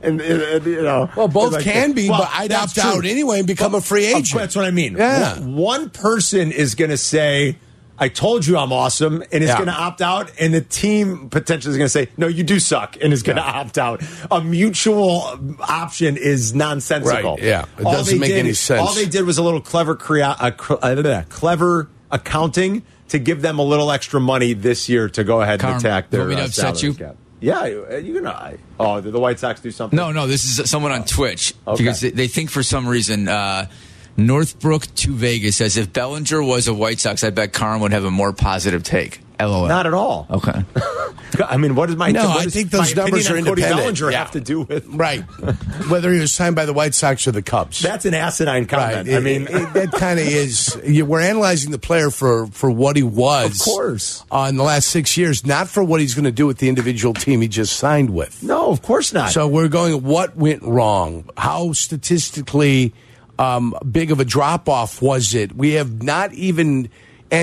And, and- and, you know, Well, both like- can be, Well, but I'd that's opt out true. anyway and become a free Of agent. course, That's what I mean. Yeah. One, one person is going to say, I told you I'm awesome, and is Yeah. going to opt out, and the team potentially is going to say, No, you do suck, and is going to opt out. A mutual option is nonsensical. Right, yeah. It All doesn't they make did- any sense. All they did was a little clever, crea- uh, cr- uh, clever accounting to give them a little extra money this year to go ahead Carm, and attack you their want me to uh, upset salary you? cap. Yeah, you- uh, you can. I- Oh, did the White Sox do something? No, no, this is someone on Twitch Okay. because they, they think for some reason uh, Northbrook to Vegas says if Bellinger was a White Sox, I bet Karn would have a more positive take. LOL. Not at all. okay. I mean, what is my No, what I does think those my numbers opinion are on Cody independent. Bellinger Yeah. have to do with Right. Whether he was signed by the White Sox or the Cubs. that's an asinine right. comment. I It- mean, it- it- that kind of is. You, we're analyzing the player for, for what he was. Of course. uh, in the last six years, not for what he's going to do with the individual team he just signed with. no, of course not. So we're going. What went wrong? How statistically um, big of a drop off was it? We have not even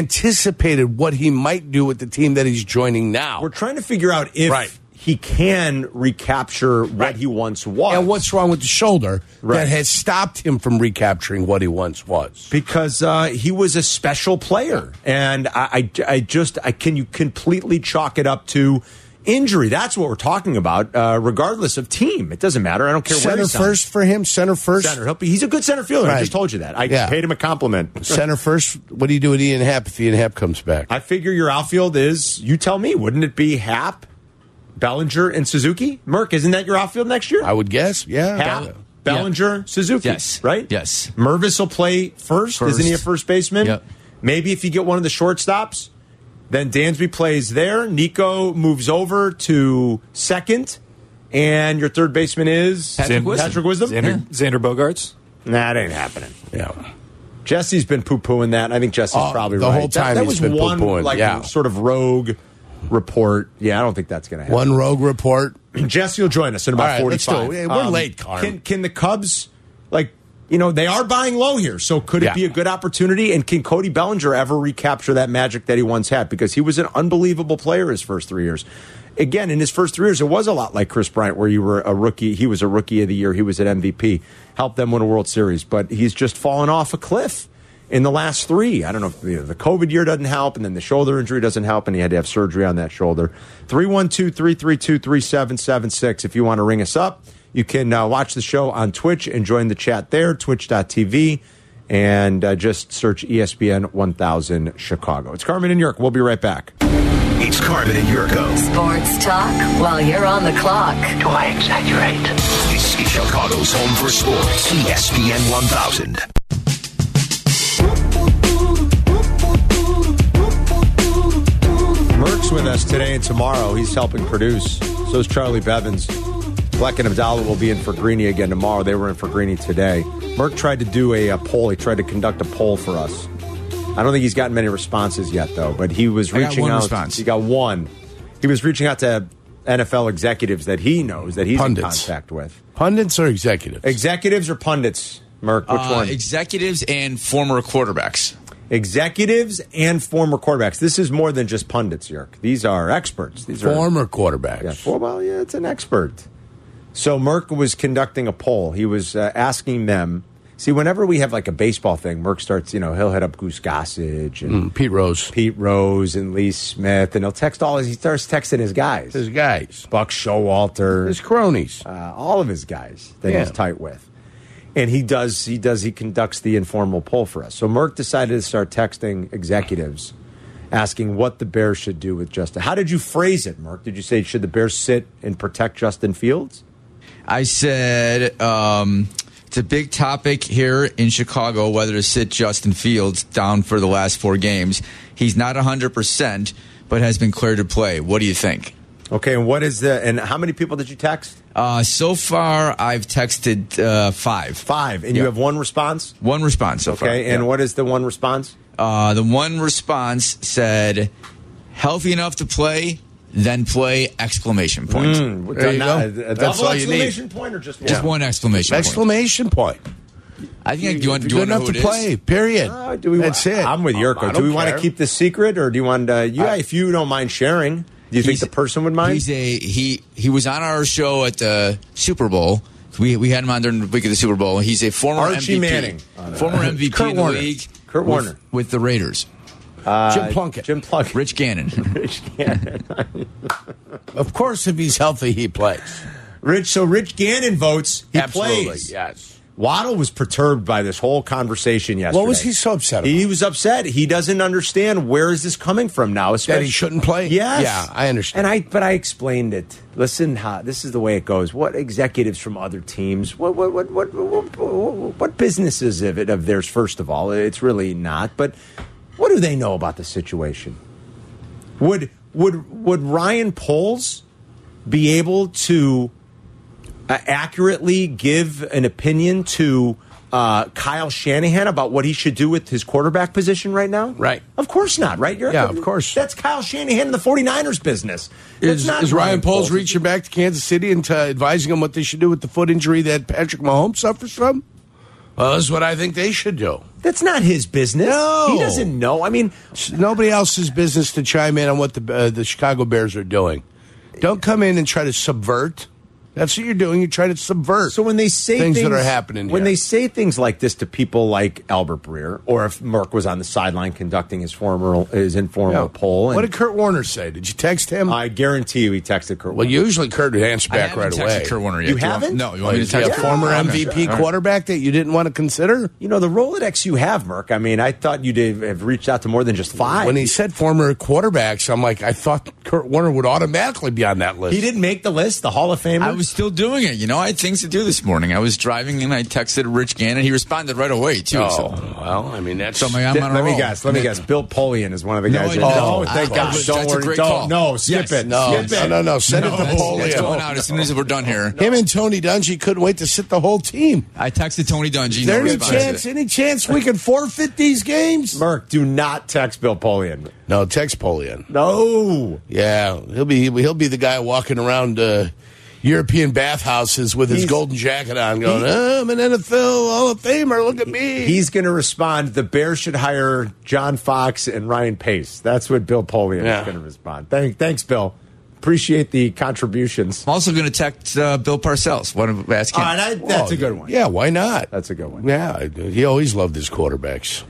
anticipated what he might do with the team that he's joining now. we're trying to figure out if Right. he can recapture what he once was. and what's wrong with the shoulder Right. that has stopped him from recapturing what he once was? because uh, he was a special player, and I, I, I just I can you completely chalk it up to injury. That's what we're talking about, uh, regardless of team. It doesn't matter. I don't care. where Center he's on. first for him. Center first. Center. He'll be, he's a good center fielder. I Right. just told you that. I Yeah. paid him a compliment. Center first. What do you do with Ian Happ if Ian Happ comes back? I figure your outfield is, you tell me, wouldn't it be Hap, Bellinger, and Suzuki? Merck, isn't that your outfield next year? I would guess. Yeah. Hap, Bellinger, Suzuki. Yes. Right? Yes. Mervis will play 1st is Isn't he a First. first baseman? Yep. Maybe if you get one of the shortstops, then Dansby plays there. Nico moves over to second. And your third baseman is Patrick Wisdom. Patrick Wisdom? Xander, Xander Bogarts. Nah, that ain't happening. Yeah. Jesse's been poo pooing that. and I think Jesse's Oh, probably the right. whole time that, that he's was been one poo-pooing, like yeah. sort of rogue report. Yeah, I don't think that's going to happen. One rogue report. Jesse will join us in All about right, let's forty-five. Um, do it. We're late, Carm. Can, can the Cubs like? You know they are buying low here, so could it Yeah. be a good opportunity? And can Cody Bellinger ever recapture that magic that he once had? Because he was an unbelievable player his first three years. Again, in his first three years, it was a lot like Chris Bryant, where you were a rookie. He was a rookie of the year. He was an MVP. Helped them win a World Series, but he's just fallen off a cliff in the last three. I don't know if you know, the COVID year doesn't help, and then the shoulder injury doesn't help, and he had to have surgery on that shoulder. 312 332 3776. If you want to ring us up, you can uh, watch the show on Twitch and join the chat there, twitch.tv, and uh, just search ESPN 1000 Chicago. It's Carmen and York. We'll be right back. It's Carmen and Yurko. Sports talk while you're on the clock. Do I exaggerate? This is Chicago's home for sports. E ESPN 1000. Merck's with us today and tomorrow. He's helping produce. So is Charlie Bevins. Black and Abdallah will be in for Greeny again tomorrow. They were in for Greeny today. Merck tried to do a, uh poll. He tried to conduct a poll for us. I don't think he's gotten many responses yet, though. But he was I got reaching one out. response. He got one. He was reaching out to NFL executives that he knows that he's in Pundits. contact with. Pundits or executives? Executives or pundits, Merck? Which Uh, one? executives and former quarterbacks. executives and former quarterbacks. This is more than just pundits, Yerk. These are experts. These are Former quarterbacks. Yeah, well, well, yeah, it's an expert. So Merck was conducting a poll. He was uh, asking them. See, whenever we have like a baseball thing, Merck starts, you know, he'll hit up Goose Gossage and Pete Rose. Pete Rose and Lee Smith, and he'll text all his, he starts texting his guys, His guys. Buck His Showalter, cronies. uh, all of his guys that Yeah. he's tight with. And he does, he does, he conducts the informal poll for us. So Merck decided to start texting executives asking what the Bears should do with Justin. How did you phrase it, Merck? Did you say, should the Bears sit and protect Justin Fields? I said um, it's a big topic here in Chicago whether to sit Justin Fields down for the last four games. He's not 100%, but has been cleared to play. What do you think? Okay, and what is the and how many people did you text? Uh, so far, I've texted uh, five. Five, and you Yeah. have one response. One response so far. Okay, and Yeah. what is the one response? Uh, the one response said, "Healthy enough to play, then play!" Exclamation point. There you Not- go. A, a That's double all you need. exclamation point or just one? Just one exclamation. point. Exclamation point. I think I do want You're do you good wanna know enough who to it is? play. Period. Uh, do we, That's it. I'm with Um, I Yurko. Do don't we want to care. keep this secret, or do you want to? Yeah, I- if you don't mind sharing, do you think He's- the person would mind? He's a he. He was on our show at the Super Bowl. We we had him on during the week of the Super Bowl. He's a former Archie MVP, Manning. former MVP Kurt of the Warner. league. Kurt with- Warner. with the Raiders. Uh, Jim Plunkett. Jim Plunkett. Rich Gannon. Of course, if he's healthy, he plays. Rich. So Rich Gannon votes. He Absolutely, plays. yes. Waddle was perturbed by this whole conversation yesterday. What was he so upset about? He was upset. He doesn't understand where is this coming from now. that especially- he shouldn't play? Yes. Yeah, I understand. And I, but I explained it. Listen, ha, this is the way it goes. What executives from other teams? What what what what what, what business is of it of theirs? First of all, it's really not. But what do they know about the situation? Would would would Ryan Poles be able to uh, accurately give an opinion to uh, Kyle Shanahan about what he should do with his quarterback position right now? Right. Of course not, right? You're, Yeah, of course. That's Kyle Shanahan in the 49ers business. That's Is, not is Ryan Poles Poles. reaching back to Kansas City and uh, advising them what they should do with the foot injury that Patrick Mahomes suffers from? Well, that's what I think they should do. That's not his business. No. He doesn't know. I mean, It's nobody else's business to chime in on what the uh, the Chicago Bears are doing. Don't come in and try to subvert. That's what you're doing. You're trying to subvert. So when they say things, that are happening, when here. they say things like this to people like Albert Breer, or if Merck was on the sideline conducting his formal his informal Yeah. poll, and what did Kurt Warner say? Did you text him? I guarantee you, he texted Kurt. well, usually Kurt would answer I back haven't right texted away. Kurt Warner yet. You Do want- haven't? No, you Oh, want me is to he a text Kurt former Warner? Okay. MVP All right. quarterback that you didn't want to consider? You know the Rolodex you have, Merck. I mean, I thought you'd have have reached out to more than just five. When he said former quarterbacks, I'm like, I thought Kurt Warner would automatically be on that list. he didn't make the list, the Hall of Famer. I was still doing it. You know, I had things to do this morning. I was driving and I texted Rich Gannon. He responded right away too. Oh, So, well, I mean, that's. so I'm like, I'm Th- on a let me roll. guess. Let me guess. Bill Polian is one of the No, guys. I that- know. oh, thank Oh, God. that's Don't a worry. great Don't. call. No, skip Yes. it. no, skip no, it. no, no. Oh, Send it to That's- that's going Polio. out as soon as we're done here. Him and Tony Dungy couldn't wait to sit the whole team. I texted Tony Is Dungy. no there any response. chance? Any chance we could forfeit these games? Merck, do not text Bill Polian. No, text Polian. No. Yeah, he'll be he'll be the guy walking around uh, European bathhouses with his He's- golden jacket on, going, "Oh, "I'm an NFL Hall of Famer. Look at me." He's going to respond. The Bears should hire John Fox and Ryan Pace. That's what Bill Polian Yeah. is going to respond. Thank, thanks, Bill. Appreciate the contributions. I'm also going to text uh, Bill Parcells. Want to ask him? All right, I, that's Oh, a good one. Yeah, why not? That's a good one. Yeah, he always loved his quarterbacks.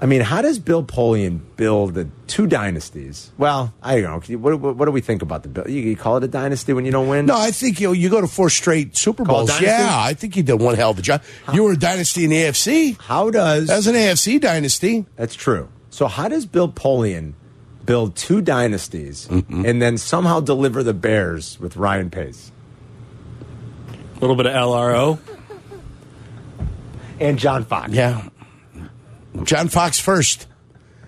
I mean, how does Bill Polian build the two dynasties? Well, I don't know. What, what, what do we think about the Bill? You, you call it a dynasty when you don't win? No, I think you you go to four straight Super Call Bowls. dynasty? Yeah, I think he did one hell of a job. You were a dynasty in the AFC. How does That was an AFC dynasty. That's true. So how does Bill Polian build two dynasties Mm-hmm. and then somehow deliver the Bears with Ryan Pace A little bit of LRO. and John Fox? Yeah. John Fox first,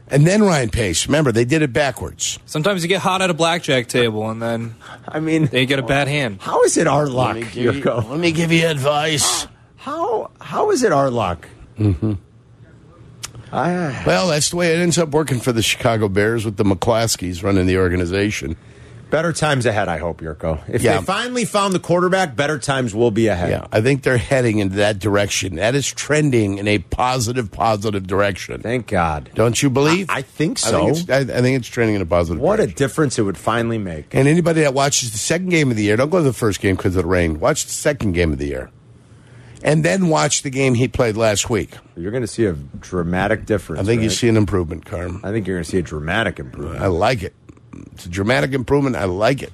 and then Ryan Pace. Remember, they did it backwards. Sometimes you get hot at a blackjack table and then I mean, they get a bad hand. how is it our luck, Yurko? Let me give you advice. How how is it our luck? Mm-hmm. I, Well, that's the way it ends up working for the Chicago Bears with the McClaskeys running the organization. better times ahead. I hope Yurko. If Yeah. they finally found the quarterback, better times will be ahead. Yeah, I think they're heading into that direction. That is trending in a positive, positive direction. Thank God. Don't you believe? I think I think so. it's, I, I think it's trending in a positive. What a direction. difference it would finally make. and anybody that watches the second game of the year, don't go to the first game because of the rain. Watch the second game of the year, and then watch the game he played last week. You're going to see a dramatic difference. I think you right? see an improvement, Carm. I think you're going to see a dramatic improvement. I like it. It's a dramatic improvement. I like it.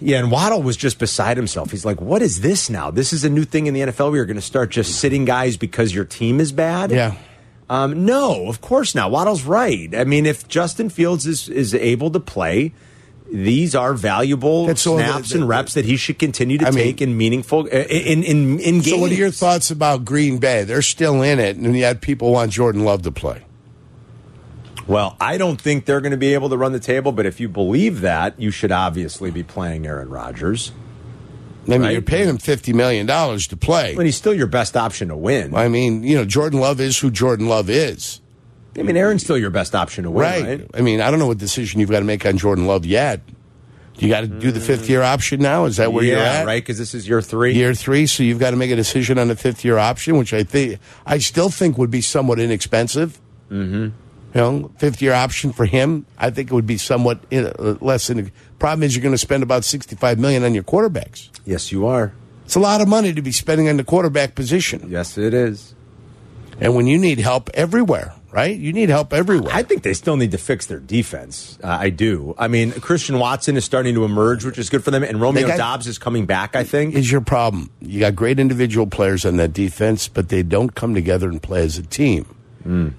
Yeah, and Waddle was just beside himself. He's like, "What is this now? This is a new thing in the NFL. We are going to start just sitting guys because your team is bad." Yeah. Um, no, of course not. Waddle's right. I mean, if Justin Fields is is able to play, these are valuable That's all snaps that- and reps that he should continue to I mean- take in meaningful uh, in in in games. So, what are your thoughts about Green Bay? They're still in it, and yet people want Jordan Love to play. Well, I don't think they're going to be able to run the table, but if you believe that, you should obviously be playing Aaron Rodgers. I mean, Right. you're paying him fifty million dollars to play. But he's still your best option to win. I mean, you know, Jordan Love is who Jordan Love is, I mean, Aaron's still your best option to win, right? right? I mean, I don't know what decision you've got to make on Jordan Love yet, You got to do the fifth year option now. Is that where yeah, you're at? right? Because this is year three. Year three, so you've got to make a decision on the fifth year option, which I think I still think would be somewhat inexpensive. Mm-hmm. You know, fifth year option for him, I think it would be somewhat uh, less. In, problem is, you're going to spend about sixty five million on your quarterbacks. Yes, you are. It's a lot of money to be spending on the quarterback position, Yes, it is. and when you need help everywhere, right? You need help everywhere. I think they still need to fix their defense. Uh, I do. I mean, Christian Watson is starting to emerge, which is good for them, and Romeo got- Dobbs is coming back. I think. is your problem. You got great individual players on that defense, but they don't come together and play as a team.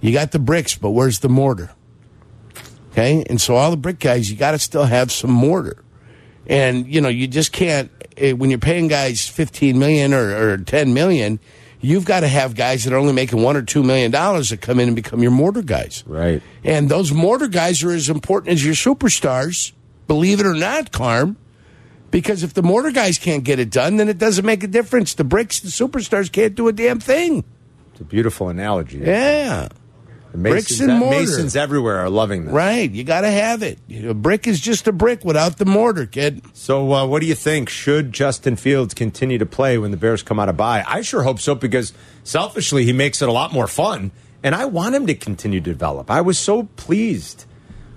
You got the bricks, but where's the mortar? Okay, and so all the brick guys, you got to still have some mortar, and you know you just can't eh, when you're paying guys fifteen million or, or ten million. You've got to have guys that are only making one or two million dollars that come in and become your mortar guys. Right. And those mortar guys are as important as your superstars, believe it or not, Carm. Because if the mortar guys can't get it done, then it doesn't make a difference. The bricks, the superstars can't do a damn thing. It's a beautiful analogy. Yeah. The Masons, bricks and mortar. Masons everywhere are loving this. Right. You got to have it. A brick is just a brick without the mortar, kid. So, uh, what do you think? Should Justin Fields continue to play when the Bears come out of bye? I sure hope so because selfishly, he makes it a lot more fun, and I want him to continue to develop. I was so pleased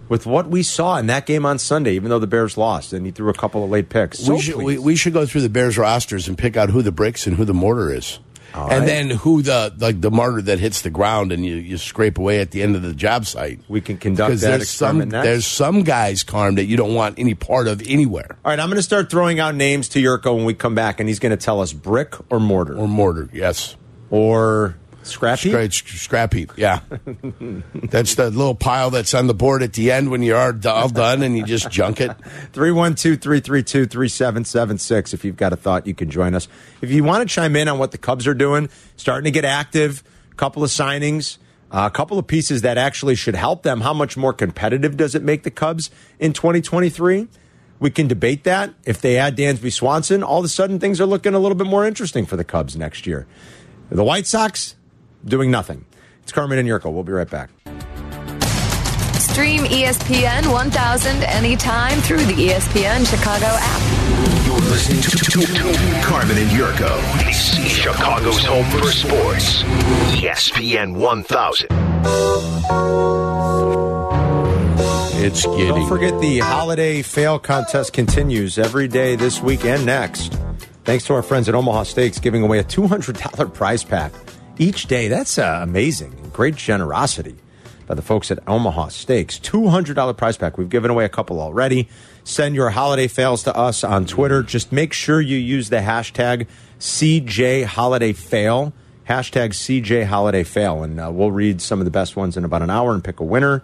with what we saw in that game on Sunday, even though the Bears lost and he threw a couple of late picks. So we, should, we, pleased. we should go through the Bears rosters and pick out who the bricks and who the mortar is. All and right. then who the like the mortar that hits the ground and you, you scrape away at the end of the job site. We can conduct Because that there's experiment some, next. There's some guys, Carm, that you don't want any part of anywhere. All right, I'm going to start throwing out names to Yurko when we come back, and he's going to tell us brick or mortar Or or, mortar, yes. scrap heap. Great sc- scrap heap. Yeah, that's the little pile that's on the board at the end when you are d- all done and you just junk it. 312 332 3776. If you've got a thought, you can join us. If you want to chime in on what the Cubs are doing, starting to get active, couple of signings, uh, a couple of pieces that actually should help them. How much more competitive does it make the Cubs in 2023? We can debate that. If they add Dansby Swanson, all of a sudden things are looking a little bit more interesting for the Cubs next year. The White Sox doing nothing. It's Carmen and Yurko. We'll be right back. Stream E ESPN 1000 anytime through the E ESPN Chicago app. You're listening to, to, to Carmen and Yurko, Chicago's home for sports. E ESPN 1000. It's Don't getting forget the holiday fail contest continues every day this week and next. Thanks to our friends at Omaha Steaks giving away a $200 prize pack each day. That's uh, amazing. Great generosity by the folks at Omaha Steaks. $200 prize pack. We've given away a couple already. Send your holiday fails to us on Twitter. Just make sure you use the hashtag CJ Holiday Fail. Hashtag CJ Holiday Fail. And uh, we'll read some of the best ones in about an hour and pick a winner.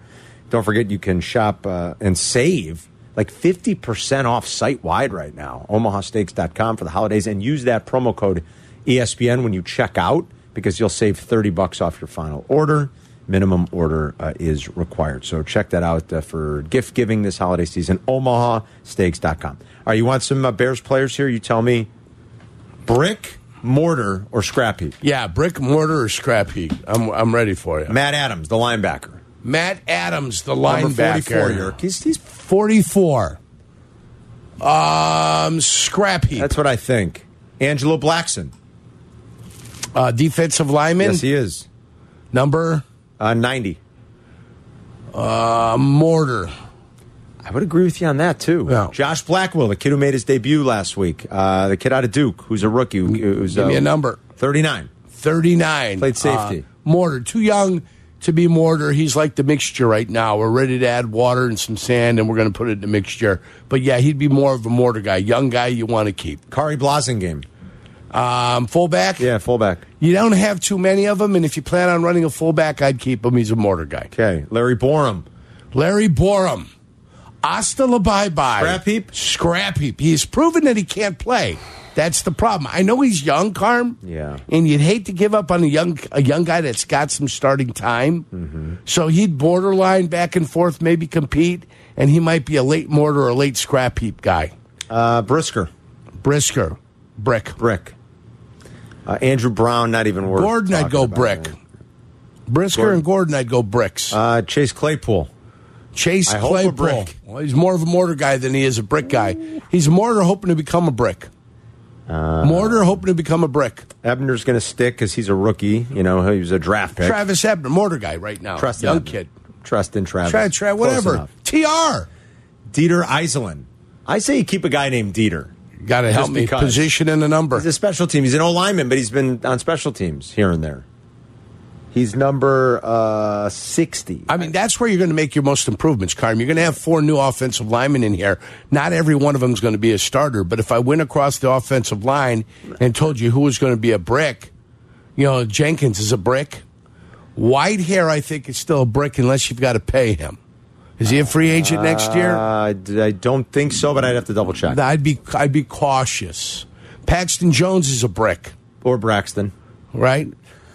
Don't forget you can shop uh, and save like 50% off site wide right now. omahasteaks.com for the holidays and use that promo code E ESPN when you check out because you'll save 30 bucks off your final order. Minimum order uh, is required. So check that out uh, for gift giving this holiday season. omahasteaks.com. All right, you want some uh, Bears players here? You tell me brick, mortar, or scrap heap. yeah, brick mortar or scrap heap. I'm I'm ready for you. Matt Adams, the linebacker. Matt Adams, the Number linebacker, 44, York. He's, he's, forty-four. Um, scrap heap. that's what I think. Angelo Blackson. Uh, defensive lineman, Yes, he is. number Uh, 90. a mortar. I would agree with you on that, too. Yeah. Josh Blackwell, the kid who made his debut last week, uh, the kid out of Duke, who's a rookie. Who, who's, Give uh, me a number. 39. Thirty-nine. Played safety. Uh, mortar. Too young to be mortar. He's like the mixture right now. We're ready to add water and some sand, and we're going to put it in the mixture. But yeah, he'd be more of a mortar guy. Young guy you want to keep. Kari Blasingame. Um, fullback. Yeah, fullback. You don't have too many of them, and if you plan on running a fullback, I'd keep him. He's a mortar guy. Okay. Larry Borum. Larry Borum. Hasta la bye bye. Scrap heap? Scrap heap. He's proven that he can't play. That's the problem. I know he's young, Carm. Yeah. And you'd hate to give up on a young a young guy that's got some starting time. Mm-hmm. So he'd borderline back and forth, maybe compete, and he might be a late mortar or a late scrap heap guy. Uh, Brisker. Brisker. Brick. Brick. Uh, Andrew Brown, not even worth Gordon, I'd talking go about. brick. Brisker and Gordon, I'd go bricks. Uh, Chase Claypool. Chase I hope Claypool. a brick. Well, he's more of a mortar guy than he is a brick guy. He's a mortar hoping to become a brick. Uh, mortar hoping to become a brick. Ebner's going to stick because he's a rookie. You know, he was a draft pick. Travis Ebner, mortar guy right now. Trust Young Ebner. kid. Trust in Travis. Try, try, Close whatever. enough. TR. Dieter Iselin. I say you keep a guy named Dieter. Got to help me. because. Position and a number. He's a special team. He's an old lineman, but he's been on special teams here and there. He's number uh, 60. I mean, that's where you're going to make your most improvements, Carm. You're going to have four new offensive linemen in here. Not every one of them is going to be a starter, but if I went across the offensive line and told you who was going to be a brick, you know, Jenkins is a brick. Whitehair, I think, is still a brick unless you've got to pay him. Is he a free agent next year? Uh, d- I don't think so, but I'd have to double check. I'd be I'd be cautious. Paxton Jones is a brick, or Braxton. right?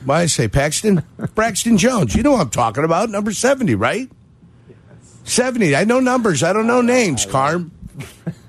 Why I say Paxton? Braxton Jones. You know what I'm talking about. Number 70, right? 70. I know numbers. I don't know names, Carm.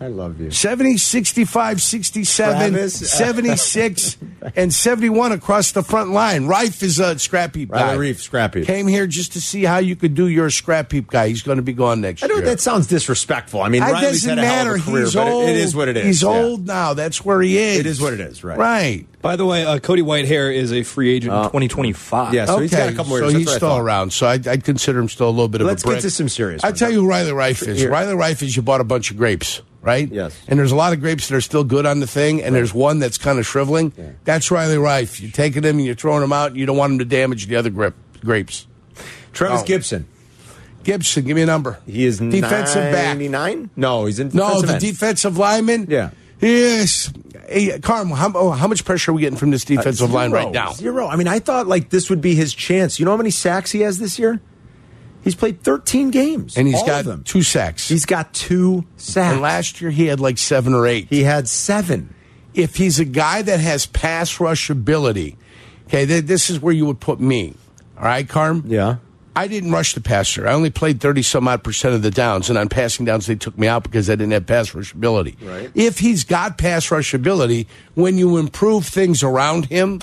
I love you. 70, 65, 67, Travis. 76, and 71 across the front line. Rife is a scrap heap guy. Riley Reef, scrap heap. Came here just to see how you could do your scrap heap guy. He's going to be gone next I know year. that sounds disrespectful. I mean, It Riley's doesn't had a hell matter. of a career, He's but old. it, it is what it is. He's Yeah. old now. That's where he is. It is what it is, right. Right. By the way, uh, Cody Whitehair is a free agent in 2025. Yeah, so he's got a couple more so years. That's he's what I still thought. around. So I'd, I'd consider him still a little bit of Let's a brick. get to some serious I'll ones. tell you who Riley Rife is. Here. Riley Rife is you bought a bunch of grapes, right? Yes. And there's a lot of grapes that are still good on the thing, and there's one that's kind of shriveling. That's Riley Rife. You're taking them and you're throwing them out, and you don't want them to damage the other grip, grapes. Travis Oh. Gibson. Gibson, give me a number. He is defensive back. 99? No, he's in No, defensive the end. defensive lineman. Yeah. Yes. Hey, Carm, how, oh, how much pressure are we getting from this defensive line Uh, Zero. right now? Zero. I mean, I thought like this would be his chance. You know how many sacks he has this year? He's played 13 games, And he's he's got two sacks. He's got two sacks. and last year he had like seven or eight. he had seven. if he's a guy that has pass rush ability, okay, th- this is where you would put me. All right, Carm? Yeah. I didn't rush the passer. I only played 30 some odd percent of the downs, and on passing downs, they took me out because I didn't have pass rush ability. Right. If he's got pass rush ability, when you improve things around him,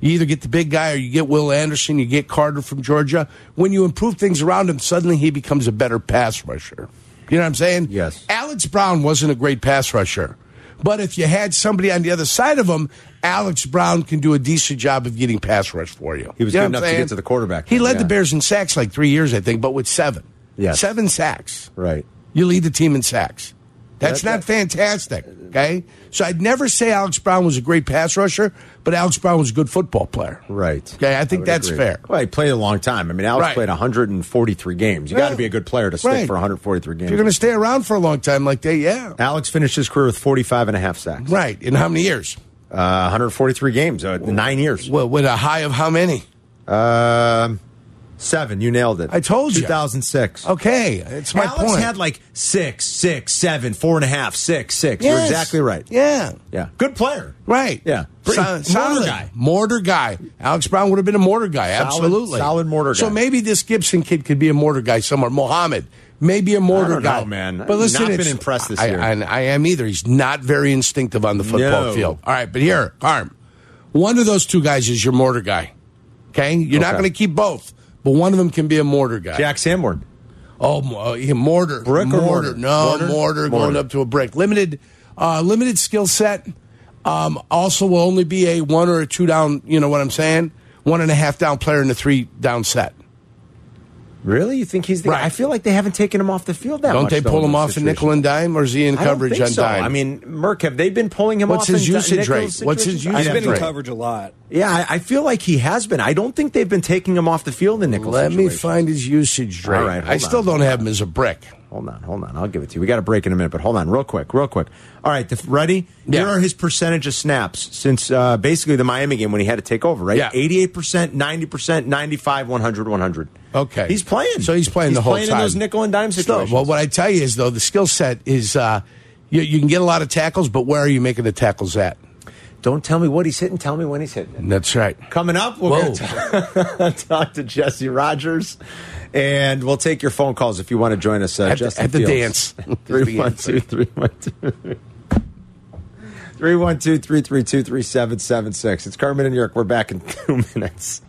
you either get the big guy or you get Will Anderson, you get Carter from Georgia. When you improve things around him, suddenly he becomes a better pass rusher. You know what I'm saying? Yes. Alex Brown wasn't a great pass rusher, but if you had somebody on the other side of him, Alex Brown can do a decent job of getting pass rush for you. He was You know what good I'm enough to get saying? to the quarterback. He led Yeah. the Bears in sacks like three years, I think, but with seven. Yes. Seven sacks. Right. You lead the team in sacks. That's That- not fantastic. Okay. So I'd never say Alex Brown was a great pass rusher, but Alex Brown was a good football player. Right. Okay. I think would that's agree. fair. Well, he played a long time. I mean, Alex Right. played 143 games. You got to be a good player to stick Right. for 143 games. If you're going to stay around for a long time like that, yeah. Alex finished his career with 45 and a half sacks. Right. In how many years? Uh, 143 games, uh, nine years. Well, with a high of how many? Um, seven. You Oh, nailed it. I told you. 2006. Okay. It's my Alex point. had like six, six, seven, four and a half, six, six. You're Yes. exactly right. Yeah. Yeah. Good player. Right. Yeah. So- Pretty- solid. mortar guy. Mortar guy. Alex Brown would have been a mortar guy. Solid- absolutely. solid mortar So guy. maybe this Gibson kid could be a mortar guy somewhere. Mohammed. Maybe a mortar I don't guy. know, man. But I've listen, not been it's- impressed this I, year. I, I am either. He's not very instinctive on the football No. field. All right, but here, Arm. One of those two guys is your mortar guy. Okay? You're not Okay. going to keep both, but one of them can be a mortar guy. Jack Sanborn. Oh, mo- uh, yeah, mortar, Brick or mortar? No, mortar, Mortar? going Mortar. up to a brick. Limited, uh, limited skill set. Um, also, will only be a one or a two down. You know what I'm saying? One and a half down player in a three down set. Really? You think he's the? Right. I feel like they haven't taken him off the field that Don't much. they though, pull in him this off in situation. nickel and dime, or is he in I don't coverage think on so. dime? I mean, Merck, have they been pulling him What's off? his in di- usage nickel rate? What's his situations? usage I'd He's have been to- in Right. coverage a lot. Yeah, I, I feel like he has been. I don't think they've been taking him off the field in nickel. let me situations. find his usage rate. All right, I hold still on. don't have him as a brick. Hold on, hold on. I'll give it to you. We got a break in a minute, but hold on, real quick, real quick. All right, the, ready? Yeah. Here are his percentage of snaps since uh, basically the Miami game when he had to take over, right? Yeah. 88%, 90%, 95, 100, 100. Okay, He's playing. So he's playing the whole playing time. in those nickel and dime Still, situations. well, what I tell you is though, the skill set is uh, you, you can get a lot of tackles, but where are you making the tackles at? Don't tell me what he's hitting. Tell me when he's hitting it. That's right. Coming up, we're Whoa. going to talk to Jesse Rogers, and we'll take your phone calls if you want to join us. Uh, At the- Justin at the Fields. dance. At the Three one two three one two. 312 332 3776. It's Carmen and York. We're back in two minutes.